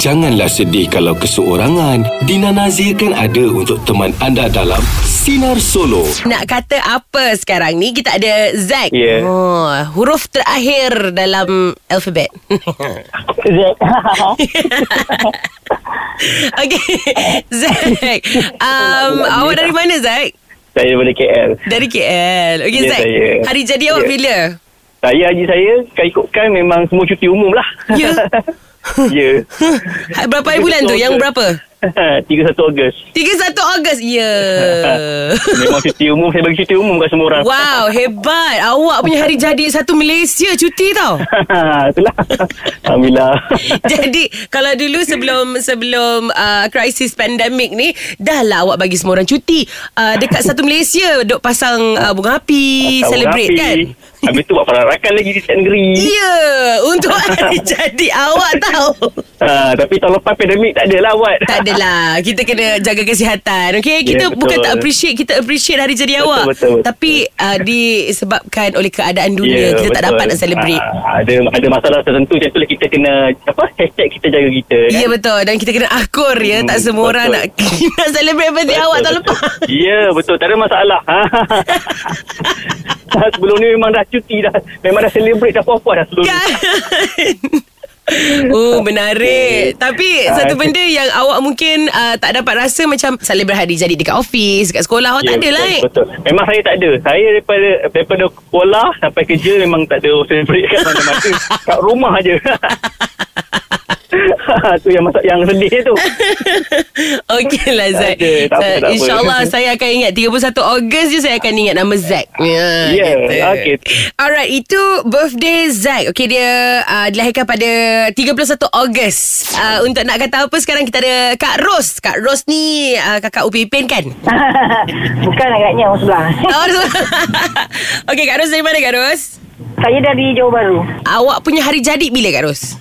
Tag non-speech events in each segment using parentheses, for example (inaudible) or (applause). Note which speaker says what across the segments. Speaker 1: Janganlah sedih kalau keseorangan. Dina Nazir kan ada untuk teman anda dalam Sinar Solo.
Speaker 2: Nak kata apa sekarang ni Kita ada Zack
Speaker 3: Ya.
Speaker 2: oh, Huruf terakhir dalam
Speaker 3: (laughs)
Speaker 2: alfabet
Speaker 3: Zack.
Speaker 2: Okay Zack um, Awak dari mana Zack?
Speaker 3: (laughs) saya daripada KL.
Speaker 2: Dari KL Okay
Speaker 3: Ya,
Speaker 2: Zack
Speaker 3: saya.
Speaker 2: Hari jadi awak
Speaker 3: Ya.
Speaker 2: bila?
Speaker 3: Saya haji saya, kalau ikutkan memang semua cuti umum lah.
Speaker 2: Ya.
Speaker 3: (laughs)
Speaker 2: (laughs)
Speaker 3: ya.
Speaker 2: Ha, Berapa hari bulan tu? Yang berapa?
Speaker 3: 31 Ogos.
Speaker 2: 31 Ogos Ya
Speaker 3: (laughs) Memang cuti umum, saya bagi cuti umum kat semua orang.
Speaker 2: Wow hebat Awak punya hari jadi Satu Malaysia cuti tau
Speaker 3: (laughs) Itulah. Alhamdulillah.
Speaker 2: (laughs) Jadi kalau dulu sebelum sebelum uh, krisis pandemik ni dah lah awak bagi semua orang cuti. Uh, dekat satu Malaysia duk pasang uh, bunga api,
Speaker 3: Tahun
Speaker 2: celebrate
Speaker 3: api.
Speaker 2: kan?
Speaker 3: Habis tu buat perarakan lagi di setiap negeri.
Speaker 2: Ya, yeah, untuk (laughs) hari jadi awak tahu.
Speaker 3: Ha, tapi tahun lepas pandemik tak adalah awak.
Speaker 2: Tak
Speaker 3: (laughs)
Speaker 2: adalah, kita kena jaga kesihatan.
Speaker 3: Ya,
Speaker 2: Okey, kita
Speaker 3: betul.
Speaker 2: bukan tak appreciate, kita appreciate hari jadi
Speaker 3: Betul,
Speaker 2: awak.
Speaker 3: betul, betul.
Speaker 2: Tapi uh, disebabkan oleh keadaan dunia, kita tak dapat nak celebrate.
Speaker 3: Ya, Ha, ada ada masalah tertentu macam tu lah kita kena apa hashtag kita jaga kita kan?
Speaker 2: Ya betul Dan kita kena akur ya
Speaker 3: Hmm,
Speaker 2: Tak semua orang nak (laughs)
Speaker 3: betul.
Speaker 2: Nak celebrate birthday awak
Speaker 3: (laughs)
Speaker 2: tahun
Speaker 3: Betul,
Speaker 2: lepas
Speaker 3: betul. Ya betul Tak ada masalah
Speaker 2: (laughs)
Speaker 3: Ha, ha, ha. Dah Sebelum ni memang dah cuti dah Memang dah celebrate Dah puas-puas dah sebelum ni
Speaker 2: Kan?
Speaker 3: (laughs)
Speaker 2: Oh menarik Tapi
Speaker 3: Ah, itu-
Speaker 2: satu benda yang awak mungkin uh, Tak dapat rasa macam Celebrate hari jadi dekat office Dekat sekolah Awak tak ada
Speaker 3: Ya, betul,
Speaker 2: lah eh
Speaker 3: betul. Memang saya tak ada Saya daripada Daripada sekolah Sampai kerja Memang tak ada Celebrate kat mana-mana Kat rumah je (laughs) tu yang masak yang sedih
Speaker 2: (laughs)
Speaker 3: tu.
Speaker 2: (laughs) Okey lah Zack
Speaker 3: Tak ada, tak apa,
Speaker 2: Uh,
Speaker 3: tak apa. (laughs)
Speaker 2: InsyaAllah saya akan ingat 31 Ogos je saya akan ingat nama Zack Ya
Speaker 3: Ya,
Speaker 2: gitu.
Speaker 3: okey.
Speaker 2: Alright itu birthday Zack Okey dia uh, dilahirkan pada 31 Ogos uh, Untuk nak kata apa sekarang kita ada Kak Ros Kak Ros ni uh, kakak Upi Ipin kan?
Speaker 4: (laughs) Bukan agaknya orang sebelah.
Speaker 2: Oh, (laughs) so, okay, Kak Ros dari mana Kak Ros?
Speaker 4: saya dari Johor Bahru.
Speaker 2: Awak punya hari jadi bila Kak Ros?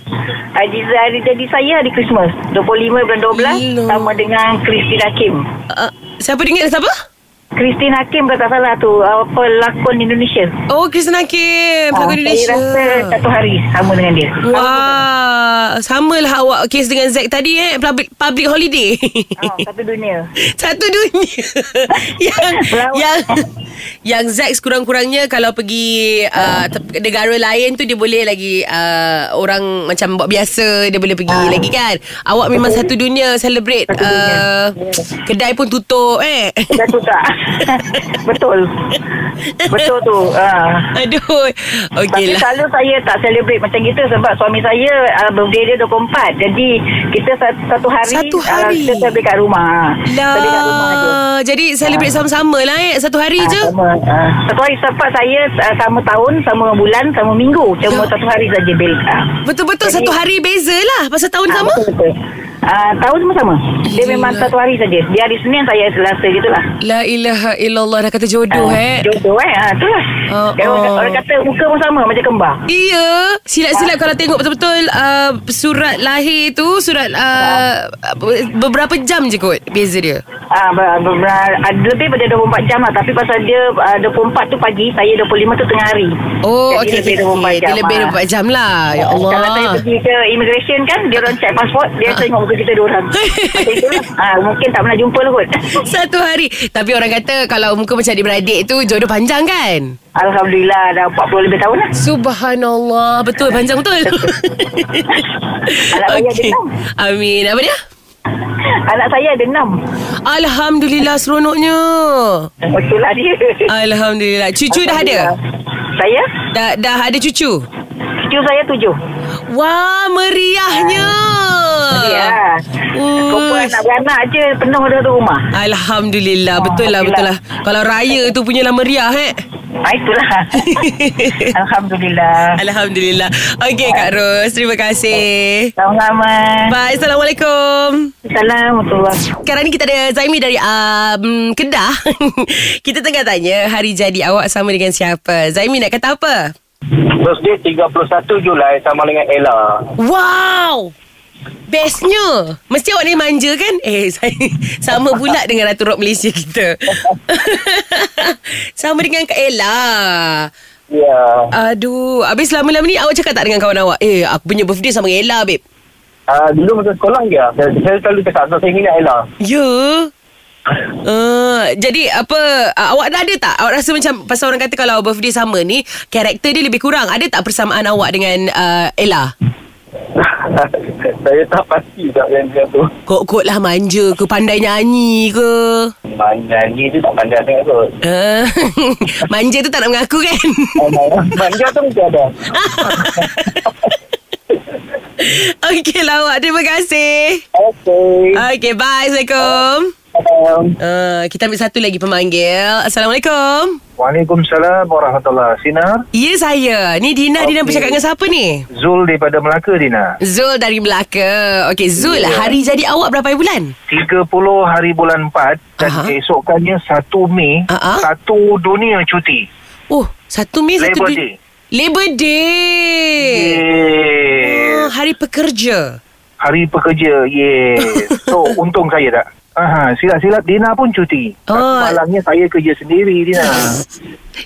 Speaker 4: Hari, hari jadi saya hari Christmas. 25 bulan 12
Speaker 2: Hello.
Speaker 4: sama dengan Christine Hakim.
Speaker 2: Uh, siapa dengan siapa?
Speaker 4: Christine Hakim kalau tak salah tu uh, pelakon Indonesia.
Speaker 2: Oh, Kristen Hakim, pelakon
Speaker 4: Ah,
Speaker 2: Indonesia.
Speaker 4: Saya rasa satu hari sama dengan dia.
Speaker 2: Wah, samalah awak kes dengan Zack tadi eh, public, public
Speaker 4: (laughs)
Speaker 2: holiday.
Speaker 4: Ah, satu dunia.
Speaker 2: Satu
Speaker 4: (laughs)
Speaker 2: dunia. yang
Speaker 4: Lawa.
Speaker 2: yang yang Zack kurang-kurangnya kalau pergi uh, te- negara lain tu dia boleh lagi uh, orang macam buat biasa dia boleh pergi lagi kan. Awak memang satu dunia celebrate
Speaker 4: Ah. Satu dunia.
Speaker 2: uh, kedai pun tutup eh.
Speaker 4: (laughs) Dah tu tak? Betul. Betul tu. Ah.
Speaker 2: (laughs) Aduh.
Speaker 4: Tapi
Speaker 2: Okeylah.
Speaker 4: selalu saya tak celebrate macam kita sebab suami saya uh, birthday dia 24. Jadi kita satu, satu hari,
Speaker 2: Satu
Speaker 4: Ah,
Speaker 2: hari.
Speaker 4: kita celebrate kat rumah. Celebrate kat rumah je.
Speaker 2: Lah. Jadi celebrate sama-sama lah eh satu hari
Speaker 4: Ah,
Speaker 2: je.
Speaker 4: Sama, ah. satu hari sempat saya ah, sama tahun, sama bulan, sama minggu. Cuma
Speaker 2: Ya.
Speaker 4: satu hari saja bil. ah.
Speaker 2: Betul-betul
Speaker 4: Jadi-
Speaker 2: satu hari beza lah Pasal tahun
Speaker 4: Ah,
Speaker 2: sama
Speaker 4: Betul-betul. Ah, tahun semua sama. Dia
Speaker 2: Gila.
Speaker 4: memang satu hari saja. Dia hari Senin, saya hari Selasa gitu lah.
Speaker 2: La ilaha illallah Dah kata jodoh
Speaker 4: Ah,
Speaker 2: eh
Speaker 4: Jodoh eh. Ah, itulah.
Speaker 2: Oh,
Speaker 4: Dia orang,
Speaker 2: oh.
Speaker 4: orang kata muka pun sama macam kembar.
Speaker 2: Iya
Speaker 4: Ah.
Speaker 2: Silap-silap kalau tengok betul-betul uh, Surat lahir tu Surat uh, Beberapa jam je kot Beza dia
Speaker 4: Ah, ber, ber, ber, ada lebih pada 24 jam lah Tapi pasal dia ah, 24 tu pagi Saya 25 tu tengah hari
Speaker 2: Oh okey
Speaker 4: Jadi lebih
Speaker 2: okay, okay. Dia
Speaker 4: 24 jam
Speaker 2: lebih
Speaker 4: ah.
Speaker 2: 24 jam lah Ya Allah
Speaker 4: Kalau saya pergi ke immigration kan Dia orang check pasport Dia tengok muka kita dua
Speaker 2: (laughs)
Speaker 4: orang Macam itulah ah, Mungkin tak pernah jumpa lah kot (laughs)
Speaker 2: Satu hari Tapi orang kata Kalau muka macam adik-beradik tu Jodoh panjang kan
Speaker 4: Alhamdulillah Dah 40 lebih tahun lah
Speaker 2: Subhanallah Betul panjang (laughs) betul
Speaker 4: Anak saya ada
Speaker 2: Okey.
Speaker 4: enam.
Speaker 2: Amin Apa dia?
Speaker 4: Anak saya ada enam
Speaker 2: Alhamdulillah seronoknya
Speaker 4: Betul lah dia
Speaker 2: Alhamdulillah Ah, Cucu dah ada?
Speaker 4: Saya
Speaker 2: Dah, dah ada cucu?
Speaker 4: Cucu saya tujuh
Speaker 2: Wah meriahnya Ah.
Speaker 4: Ya Kumpul
Speaker 2: Ush.
Speaker 4: anak-beranak je Penuh dah tu rumah
Speaker 2: Alhamdulillah Betul lah betul lah Kalau raya tu punyalah meriah eh (laughs)
Speaker 4: ah, Itulah Alhamdulillah
Speaker 2: Alhamdulillah Okey Kak Ros Terima kasih
Speaker 4: Sama-sama
Speaker 2: Bye Assalamualaikum
Speaker 4: Assalamualaikum
Speaker 2: Sekarang ni kita ada Zaimi dari um, Kedah (laughs) Kita tengah tanya Hari jadi awak sama dengan siapa Zaimi nak kata apa?
Speaker 3: Birthday 31 Julai sama dengan Ella.
Speaker 2: Wow Bestnya Mesti awak ni manja kan Eh (laughs) saya Sama pula dengan Ratu Rock Malaysia kita (laughs) Sama dengan Kak Ella
Speaker 3: Ya. Yeah.
Speaker 2: Aduh Habis lama-lama ni awak cakap tak dengan kawan awak Eh aku punya birthday sama dengan Ella babe
Speaker 3: Uh, dulu masa sekolah je saya, saya selalu cakap Saya minat Ella (laughs)
Speaker 2: Ya. Uh, jadi apa uh, awak dah ada tak awak rasa macam pasal orang kata kalau birthday sama ni karakter dia lebih kurang ada tak persamaan awak dengan uh, Ella
Speaker 3: Saya tak pasti tak yang dia tu
Speaker 2: kot-kot lah manja ke pandai nyanyi ke
Speaker 3: Manja ni tu tak pandai sangat tu (laughs)
Speaker 2: uh, (laughs) manja tu tak nak mengaku kan (laughs)
Speaker 3: Manja tu mesti ada
Speaker 2: Okey lah awak terima kasih
Speaker 3: Okay
Speaker 2: Okey bye Assalamualaikum
Speaker 3: Um,
Speaker 2: uh, kita ambil satu lagi pemanggil Assalamualaikum
Speaker 5: Waalaikumsalam warahmatullahi Sinar
Speaker 2: Ya saya Ni Dina Dina
Speaker 5: Okey.
Speaker 2: bercakap dengan siapa ni
Speaker 5: Zul daripada Melaka Dina
Speaker 2: Zul dari Melaka Okey Zul yeah. hari jadi awak berapa hari bulan
Speaker 5: 30 hari bulan 4 Dan
Speaker 2: Aha.
Speaker 5: uh-huh. keesokannya 1 Mei
Speaker 2: Aha.
Speaker 5: uh-huh. Satu dunia cuti
Speaker 2: Oh, satu Mei satu
Speaker 5: Labor
Speaker 2: Jun-
Speaker 5: Day.
Speaker 2: Labor Day.
Speaker 5: Yeay
Speaker 2: Oh, hari pekerja.
Speaker 5: Hari pekerja
Speaker 2: (laughs)
Speaker 5: Yeay So untung saya tak Aha, silap-silap Dina pun cuti
Speaker 2: Oh.
Speaker 5: oh. Malangnya saya kerja sendiri
Speaker 2: (laughs)
Speaker 5: Dina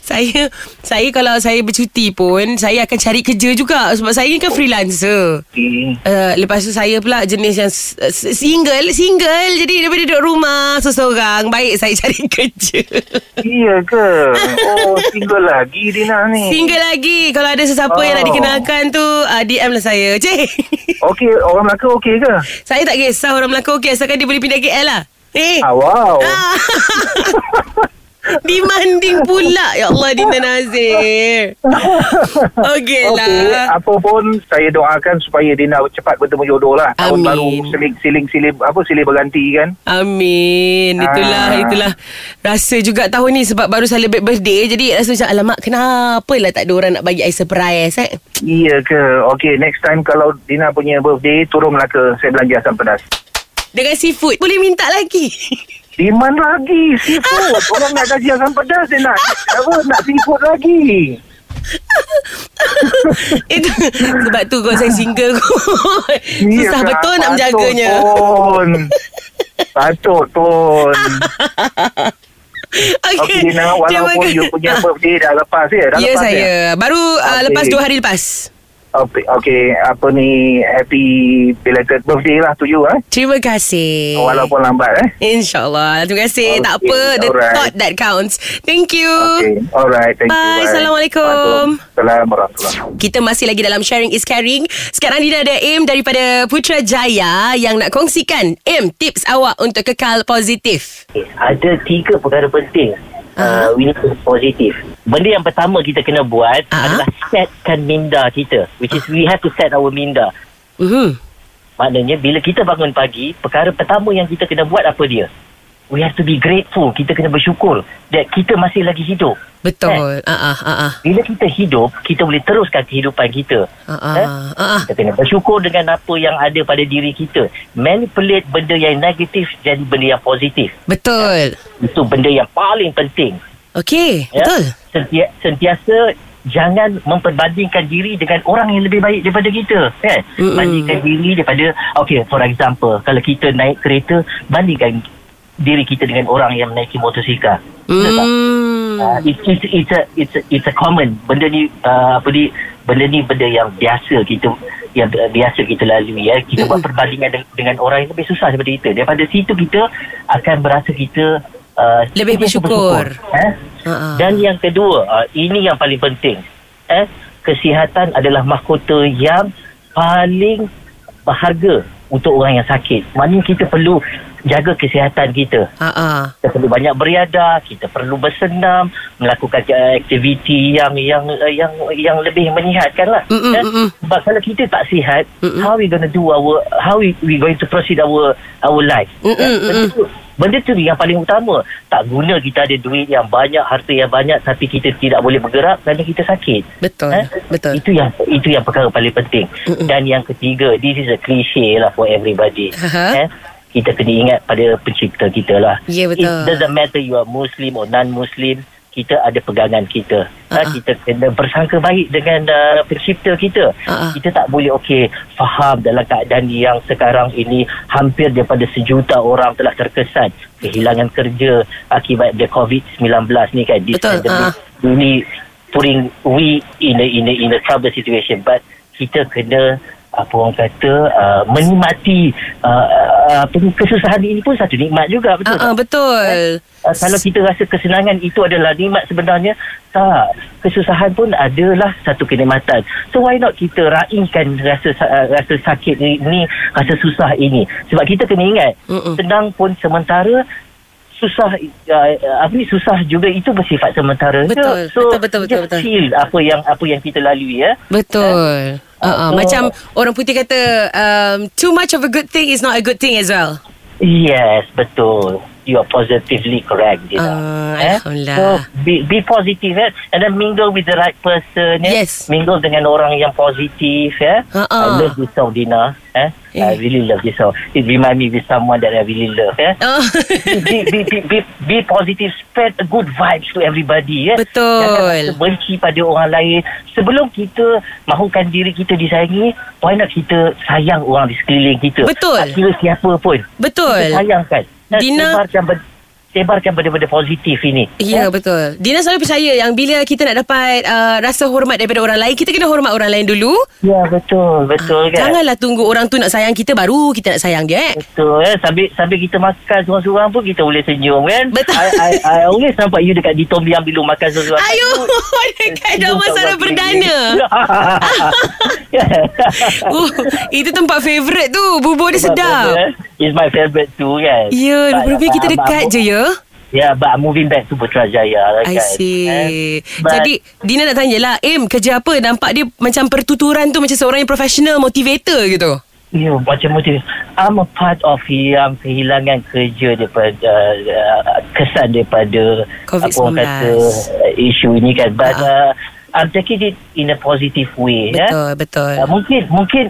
Speaker 2: Saya saya kalau saya bercuti pun saya akan cari kerja juga sebab saya ni kan freelancer.
Speaker 5: Okey.
Speaker 2: Uh, lepas tu saya pula jenis yang s- s- single Single Jadi daripada duduk rumah Seseorang Baik saya cari (laughs) kerja
Speaker 5: Iya ke Oh single lagi Dina ni
Speaker 2: Single lagi Kalau ada sesiapa yang nak
Speaker 5: Hmm. Oh.
Speaker 2: dikenalkan tu uh, DM lah saya Cik (laughs)
Speaker 5: Okey orang Melaka okey ke
Speaker 2: Saya tak kisah orang Melaka okey Asalkan dia boleh pindah KL lah Eh
Speaker 5: ah, Wow
Speaker 2: Ah. (laughs) Demanding pula Ya Allah Dina Nazir Okey
Speaker 5: Okey,
Speaker 2: lah
Speaker 5: apa pun saya doakan supaya Dina cepat bertemu jodoh lah. Tahun
Speaker 2: Amin.
Speaker 5: baru siling siling siling apa silih berganti kan.
Speaker 2: Amin Itulah
Speaker 5: Ah.
Speaker 2: Itulah Rasa juga tahun ni Sebab baru celebrate birthday Jadi rasa macam Alamak kenapa lah Tak ada orang nak bagi I surprise eh?
Speaker 5: Iya ke? Okey, next time kalau Dina punya birthday, turun Melaka. Saya belanja asam pedas.
Speaker 2: Dengan seafood Boleh minta lagi (laughs)
Speaker 5: Demand lagi, seafood. Orang nak gaji asam pedas, dia nak, apa, nak seafood lagi.
Speaker 2: Itu Sebab tu kau saya single kot
Speaker 5: Iya
Speaker 2: Susah
Speaker 5: ke?
Speaker 2: betul nak
Speaker 5: Patut,
Speaker 2: menjaganya
Speaker 5: Tun.
Speaker 2: (laughs)
Speaker 5: Patut, Tun. Okey,
Speaker 2: Okey
Speaker 5: Dina,
Speaker 2: terima
Speaker 5: walaupun
Speaker 2: kasih.
Speaker 5: you punya
Speaker 2: (laughs)
Speaker 5: birthday dah lepas ya? Dah
Speaker 2: Ya
Speaker 5: lepas
Speaker 2: saya
Speaker 5: Ya?
Speaker 2: Baru uh,
Speaker 5: Okey.
Speaker 2: lepas dua hari lepas
Speaker 5: Okey, okay, apa ni, happy belated birthday lah to you, eh?
Speaker 2: Terima kasih.
Speaker 5: Walaupun lambat eh.
Speaker 2: InsyaAllah. Terima kasih.
Speaker 5: Okay,
Speaker 2: tak apa. The
Speaker 5: alright.
Speaker 2: thought that counts. Thank you.
Speaker 5: Okay. Alright. Thank you.
Speaker 2: Bye. Assalamualaikum.
Speaker 5: Assalamualaikum. Warahmatullahi
Speaker 2: Kita masih lagi dalam Sharing is Caring. Sekarang Dina ada Aim daripada Putrajaya yang nak kongsikan. Aim, tips awak untuk kekal positif.
Speaker 6: Okay, ada tiga perkara penting
Speaker 2: Ah.
Speaker 6: uh, we need to be positif. Benda yang pertama kita kena buat
Speaker 2: Ah.
Speaker 6: adalah setkan minda kita. Which is we have to set our minda.
Speaker 2: Mhm.
Speaker 6: Maknanya bila kita bangun pagi, perkara pertama yang kita kena buat apa dia? We have to be grateful. Kita kena bersyukur that kita masih lagi hidup.
Speaker 2: Betul.
Speaker 5: Eh.
Speaker 2: Ah ah ah ah.
Speaker 6: Bila kita hidup, kita boleh teruskan kehidupan kita.
Speaker 2: Ah
Speaker 5: Eh?
Speaker 2: ah. Ah ah.
Speaker 6: Kita kena bersyukur dengan apa yang ada pada diri kita. Manipulate benda yang negatif jadi benda yang positif.
Speaker 2: Betul.
Speaker 6: Itu benda yang paling penting.
Speaker 2: Okey,
Speaker 5: Ya.
Speaker 2: betul.
Speaker 6: Sentia, sentiasa jangan memperbandingkan diri dengan orang yang lebih baik daripada kita kan
Speaker 2: Mm-mm.
Speaker 6: mm bandingkan diri daripada okay for example kalau kita naik kereta bandingkan diri kita dengan orang yang naiki motosikal Betul tak?
Speaker 2: Hmm.
Speaker 6: Uh, it's it's it's a it's a, it's a common benda ni uh, apa ni benda ni benda yang biasa kita yang bi- biasa kita lalui ya kita
Speaker 2: Hmm.
Speaker 6: buat perbandingan de- dengan orang yang lebih susah daripada kita daripada situ kita akan berasa kita uh,
Speaker 2: Lebih
Speaker 6: sentiasa
Speaker 2: bersyukur.
Speaker 6: eh?
Speaker 2: Ha-ha.
Speaker 6: dan yang kedua uh, ini yang paling penting eh kesihatan adalah mahkota yang paling berharga untuk orang yang sakit maknanya kita perlu jaga kesihatan kita
Speaker 2: Ah ah.
Speaker 6: kita perlu banyak beriadah, kita perlu bersenam, melakukan uh, aktiviti yang yang uh, yang yang lebih menyihatkan lah.
Speaker 2: Mm-mm,
Speaker 6: Kan?
Speaker 2: mm-mm.
Speaker 6: Sebab kalau kita tak sihat,
Speaker 2: Mm-mm.
Speaker 6: how we going to do our how we, we going to proceed our our life?
Speaker 2: Mm-mm,
Speaker 6: Kan? Benda
Speaker 2: mm-mm.
Speaker 6: tu- Benda tu yang paling utama. Tak guna kita ada duit yang banyak, harta yang banyak tapi kita tidak boleh bergerak kerana kita sakit.
Speaker 2: Betul.
Speaker 6: Eh?
Speaker 2: Betul.
Speaker 6: Itu yang itu yang perkara paling penting.
Speaker 2: Mm-mm.
Speaker 6: Dan yang ketiga, this is a cliche lah for everybody.
Speaker 2: Aha.
Speaker 6: Eh? Kita kena ingat pada pencipta kita lah.
Speaker 2: Ya, betul.
Speaker 6: It doesn't matter you are Muslim or non-Muslim. Kita ada pegangan kita.
Speaker 2: Ah, ah.
Speaker 6: Uh-huh. Kita kena bersangka baik dengan uh, pencipta kita.
Speaker 2: Ah, ah.
Speaker 6: Kita tak boleh okey faham dalam keadaan yang sekarang ini hampir daripada sejuta orang telah terkesan kehilangan kerja akibat the COVID-19 ni kan. This
Speaker 2: Betul, ah,
Speaker 6: pandemic.
Speaker 2: ah.
Speaker 6: Ini putting we in a in a in a trouble situation but kita kena apa orang kata uh, menikmati uh, uh, apa ni, kesusahan ini pun satu nikmat juga betul
Speaker 2: Ah, ah,
Speaker 6: tak?
Speaker 2: betul.
Speaker 6: Uh, kalau kita rasa kesenangan itu adalah nikmat sebenarnya tak kesusahan pun adalah satu kenikmatan so why not kita raihkan rasa sa- uh, rasa sakit ni, ni rasa susah ini sebab kita kena ingat
Speaker 2: Mm-mm.
Speaker 6: senang pun sementara susah uh, apa ni susah juga itu bersifat sementara je.
Speaker 2: Betul, betul,
Speaker 6: so
Speaker 2: betul, betul,
Speaker 6: just
Speaker 2: betul.
Speaker 6: feel apa yang apa yang kita lalui ya
Speaker 2: Betul. Uh, uh,
Speaker 6: So-
Speaker 2: macam orang putih kata um, too much of a good thing is not a good thing as well. (laughs)
Speaker 6: Yes, betul. You are positively correct, Dina. Eh?
Speaker 2: Ah, Alhamdulillah.
Speaker 6: So, be, be positive, eh? And then mingle with the right person, eh?
Speaker 2: Yes.
Speaker 6: Mingle dengan orang yang positif, eh?
Speaker 2: Ha-ha.
Speaker 6: I love this song, Dina. Eh?
Speaker 2: Eh.
Speaker 6: I really love this song. It remind me with someone that I really love,
Speaker 2: (laughs)
Speaker 6: eh?
Speaker 2: Oh.
Speaker 6: be, be, be, be, be positive Spread a good vibes to everybody ya.
Speaker 2: Betul.
Speaker 6: Jangan rasa benci pada orang lain Sebelum kita Mahukan diri kita disayangi Why not kita Sayang orang di sekeliling kita
Speaker 2: Betul.
Speaker 6: Tak kira siapa pun
Speaker 2: Betul.
Speaker 6: Kita sayangkan Dan
Speaker 2: Dina-
Speaker 6: kan? sebarkan, ben- sebarkan benda-benda positif ini
Speaker 2: Ya yeah, betul Dina selalu percaya Yang bila kita nak dapat uh, Rasa hormat daripada orang lain Kita kena hormat orang lain dulu
Speaker 6: Ya betul
Speaker 2: Ah,
Speaker 6: Betul kan
Speaker 2: Janganlah tunggu orang tu nak sayang kita Baru kita nak sayang dia eh
Speaker 6: Betul eh sambil sambil kita makan seorang-seorang pun kita boleh senyum kan.
Speaker 2: Betul.
Speaker 6: I, I, I always nampak you dekat di Tom Liang bila makan seorang-seorang.
Speaker 2: Ayuh (laughs) Dekat
Speaker 6: Senyum
Speaker 2: Dharma Sara
Speaker 6: seorang-seorang. (laughs)
Speaker 2: Perdana
Speaker 6: Yeah.
Speaker 2: oh, Itu tempat favourite tu Bubur dia sedap
Speaker 6: eh? It's my favorite too kan.
Speaker 2: Ya
Speaker 6: But,
Speaker 2: Rupanya kita
Speaker 6: uh,
Speaker 2: dekat
Speaker 6: but-
Speaker 2: je ya
Speaker 6: Yeah, but I'm moving back to Putrajaya.
Speaker 2: I
Speaker 6: kan.
Speaker 2: see eh?
Speaker 6: But-
Speaker 2: Jadi Dina nak tanya lah Im kerja apa Nampak dia macam pertuturan tu Macam seorang yang professional Motivator gitu
Speaker 6: Ya, macam macam I'm a part of yang kehilangan kerja daripada uh, kesan daripada
Speaker 2: COVID-19.
Speaker 6: apa orang kata uh, isu ini kan.
Speaker 2: Ah.
Speaker 6: But uh, I'm taking it in a positive way. ya.
Speaker 2: Betul Betul
Speaker 6: Uh, mungkin mungkin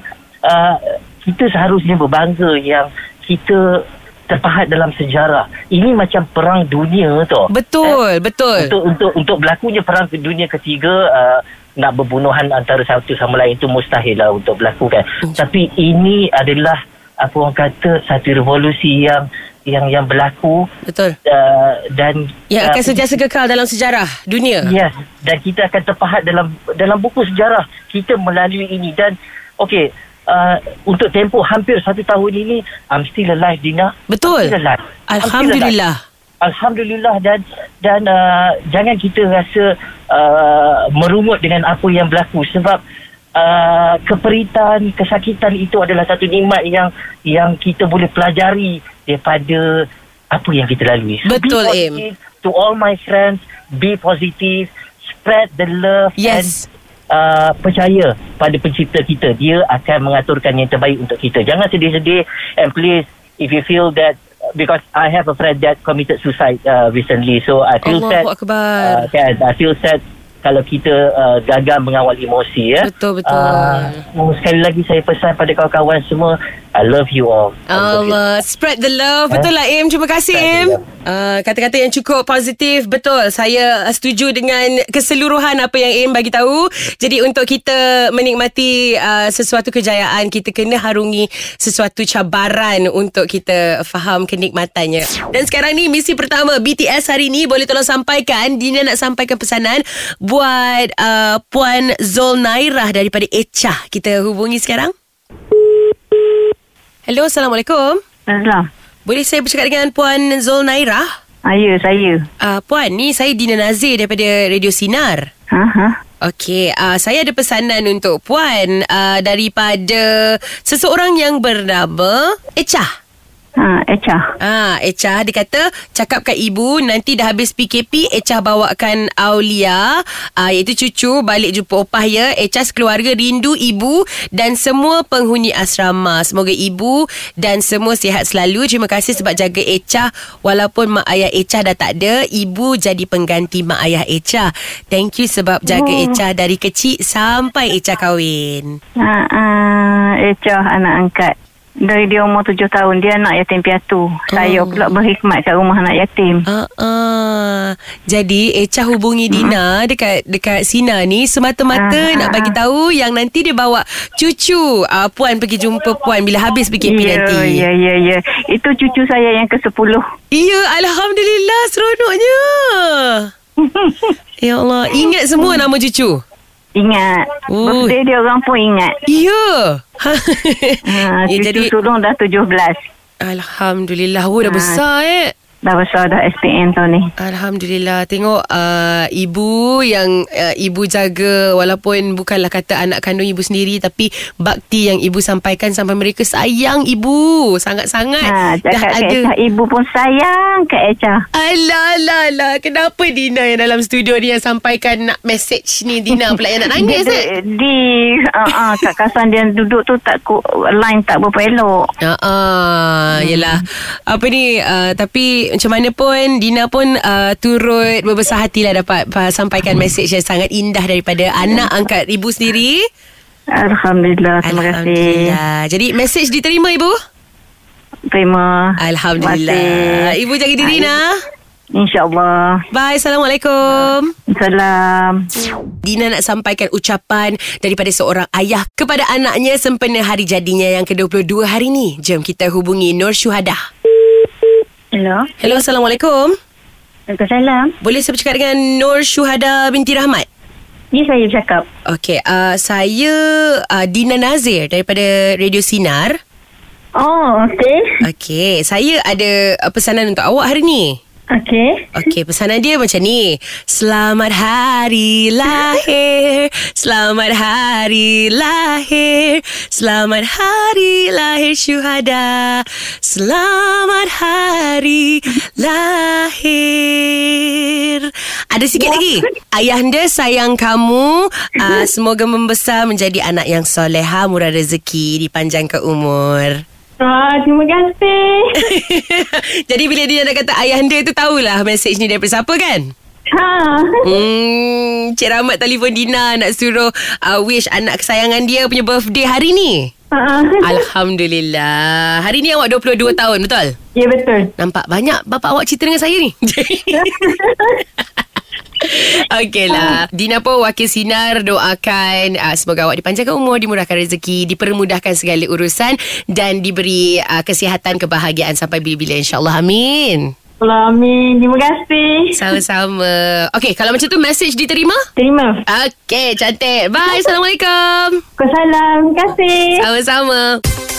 Speaker 6: uh, kita seharusnya berbangga yang kita terpahat dalam sejarah. Ini macam perang dunia tau.
Speaker 2: Betul Betul
Speaker 6: Eh, Untuk untuk untuk berlakunya perang ke- dunia ketiga uh, nak berbunuhan antara satu sama lain itu mustahil lah untuk berlaku kan.
Speaker 2: Hmm.
Speaker 6: Tapi ini adalah apa orang kata satu revolusi yang yang yang berlaku
Speaker 2: Betul
Speaker 6: uh, dan
Speaker 2: Yang Ya, akan
Speaker 6: uh,
Speaker 2: sentiasa kekal dalam sejarah dunia.
Speaker 6: Yes, dan kita akan terpahat dalam dalam buku sejarah kita melalui ini dan okey uh, untuk tempoh hampir satu tahun ini I'm still alive Dina.
Speaker 2: Betul.
Speaker 6: I'm still alive. I'm still alive.
Speaker 2: Alhamdulillah.
Speaker 6: Alhamdulillah dan dan uh, jangan kita rasa uh, merungut dengan apa yang berlaku sebab uh, keperitan, kesakitan itu adalah satu nikmat yang yang kita boleh pelajari daripada apa yang kita lalui.
Speaker 2: Betul,
Speaker 6: be
Speaker 2: Im.
Speaker 6: positive To all my friends, be positive, spread the love
Speaker 2: Yes.
Speaker 6: and Uh, percaya pada pencipta kita dia akan mengaturkan yang terbaik untuk kita jangan sedih-sedih and please if you feel that because I have a friend that committed suicide uh, recently so I feel sad
Speaker 2: Allahu
Speaker 6: uh,
Speaker 2: Akbar.
Speaker 6: kan I feel sad kalau kita uh, gagal mengawal emosi ya
Speaker 2: Betul, betul.
Speaker 6: uh, sekali lagi saya pesan pada kawan-kawan semua I love you all I love you.
Speaker 2: Allah Spread the love Betul lah Im Terima kasih
Speaker 6: Spread the
Speaker 2: Im
Speaker 6: love.
Speaker 2: uh, Kata-kata yang cukup positif Betul Saya uh, setuju dengan Keseluruhan apa yang Im bagi tahu Jadi untuk kita Menikmati uh, Sesuatu kejayaan Kita kena harungi Sesuatu cabaran Untuk kita Faham kenikmatannya Dan sekarang ni Misi pertama BTS hari ni Boleh tolong sampaikan Dina nak sampaikan pesanan Buat uh, Puan Zolnairah Daripada Echah Kita hubungi sekarang Hello Assalamualaikum
Speaker 4: Azlah
Speaker 2: boleh saya bercakap dengan Puan Zulnairah?
Speaker 4: Ya saya
Speaker 2: Uh, Puan, ni saya Dina Nazir daripada Radio Sinar.
Speaker 4: Ha ha
Speaker 2: Okey, uh, saya ada pesanan untuk Puan uh, daripada seseorang yang bernama Echah.
Speaker 4: Ha Echa
Speaker 2: Ah, Echah dia kata cakap kat ibu nanti dah habis PKP Echah bawakan Aulia ah, iaitu cucu balik jumpa opah ya. Echah sekeluarga rindu ibu dan semua penghuni asrama. Semoga ibu dan semua sihat selalu. Terima kasih sebab jaga Echah walaupun mak ayah Echah dah tak ada, ibu jadi pengganti mak ayah Echah. Thank you sebab jaga oh. Echah dari kecil sampai Echah kahwin.
Speaker 4: Ha uh, Echa anak angkat dari dia umur tujuh tahun Dia anak yatim piatu Saya
Speaker 2: Oh.
Speaker 4: pula berkhidmat kat rumah anak yatim
Speaker 2: Uh, uh. Jadi Echa hubungi Dina dekat dekat Sina ni semata-mata
Speaker 4: Hmm. Ah,
Speaker 2: nak
Speaker 4: ah,
Speaker 2: bagi
Speaker 4: ah.
Speaker 2: tahu yang nanti dia bawa cucu uh, puan pergi jumpa puan bila habis PKP yeah, nanti. Yeah.
Speaker 4: Ya, ya, ya. Itu cucu saya yang ke-10.
Speaker 2: Ya, alhamdulillah
Speaker 4: (laughs)
Speaker 2: seronoknya. ya Allah, ingat semua nama cucu.
Speaker 4: Ingat.
Speaker 2: Ui.
Speaker 4: Birthday dia orang pun ingat.
Speaker 2: Ya. (laughs) ya,
Speaker 4: Ha, cucu
Speaker 2: jadi
Speaker 4: sulung dah 17.
Speaker 2: Alhamdulillah Oh dah
Speaker 4: Ah.
Speaker 2: besar eh
Speaker 4: Dah besar dah SPM tahun ni.
Speaker 2: Alhamdulillah Tengok uh, ibu yang uh, ibu jaga Walaupun bukanlah kata anak kandung ibu sendiri Tapi bakti yang ibu sampaikan Sampai mereka sayang ibu Sangat-sangat
Speaker 4: Ha, cakap Kak Echa, ibu pun sayang Kak Echa.
Speaker 2: Alah, alah, alah. Kenapa Dina yang dalam studio ni yang sampaikan nak message ni? Dina pula yang
Speaker 4: (laughs)
Speaker 2: nak nangis eh?
Speaker 4: dia, Di uh, uh, kat kawasan dia duduk tu tak ku, line tak berapa elok.
Speaker 2: Ya,
Speaker 4: Hmm.
Speaker 2: uh, yelah. Apa ni, uh, tapi macam mana pun, Dina pun uh, turut berbesar hati lah dapat uh, sampaikan
Speaker 4: Hmm.
Speaker 2: mesej yang sangat indah daripada anak angkat ibu sendiri.
Speaker 4: Alhamdulillah, terima kasih.
Speaker 2: Jadi, mesej diterima ibu?
Speaker 4: Terima.
Speaker 2: Alhamdulillah. Ibu jaga diri, Dina.
Speaker 4: InsyaAllah.
Speaker 2: Bye. Assalamualaikum.
Speaker 4: Salam.
Speaker 2: Dina nak sampaikan ucapan daripada seorang ayah kepada anaknya sempena hari jadinya yang ke-22 hari ni. Jom kita hubungi Nur Syuhada.
Speaker 4: Hello.
Speaker 2: Hello, Assalamualaikum.
Speaker 4: Waalaikumsalam.
Speaker 2: Boleh saya bercakap dengan Nur Syuhada binti Rahmat?
Speaker 4: Ya, saya bercakap.
Speaker 2: Okey, uh, saya uh, Dina Nazir daripada Radio Sinar.
Speaker 4: Hmm. Oh, okey.
Speaker 2: Okey, saya ada uh, pesanan untuk awak hari ni.
Speaker 4: Okey.
Speaker 2: Okey, pesanan dia macam ni. Selamat hari lahir. Selamat hari lahir. Selamat hari lahir syuhada. Selamat hari lahir. Ada sikit lagi. Ayahanda sayang kamu. Uh, semoga membesar menjadi anak yang soleha, murah rezeki, dipanjangkan umur.
Speaker 4: Ah, terima kasih.
Speaker 2: (laughs) Jadi bila dia nak kata ayahanda tu tahulah message ni daripada siapa kan?
Speaker 4: ha.
Speaker 2: Hmm, Cik Rahmat telefon Dina nak suruh uh, wish anak kesayangan dia punya birthday hari ni. Alhamdulillah. Hari ni awak 22 tahun, betul?
Speaker 4: ya, betul.
Speaker 2: Nampak banyak bapak awak cerita dengan saya
Speaker 4: (laughs)
Speaker 2: ni. Okey lah Dina pun wakil sinar Doakan uh, Semoga awak dipanjangkan umur Dimurahkan rezeki Dipermudahkan segala urusan Dan diberi uh, Kesihatan Kebahagiaan Sampai bila-bila InsyaAllah Amin
Speaker 4: Amin. Terima kasih.
Speaker 2: Sama-sama Okey kalau macam tu Message diterima?
Speaker 4: Terima.
Speaker 2: Okey, cantik. Bye. Assalamualaikum.
Speaker 4: Kau salam. Terima kasih.
Speaker 2: Sama-sama.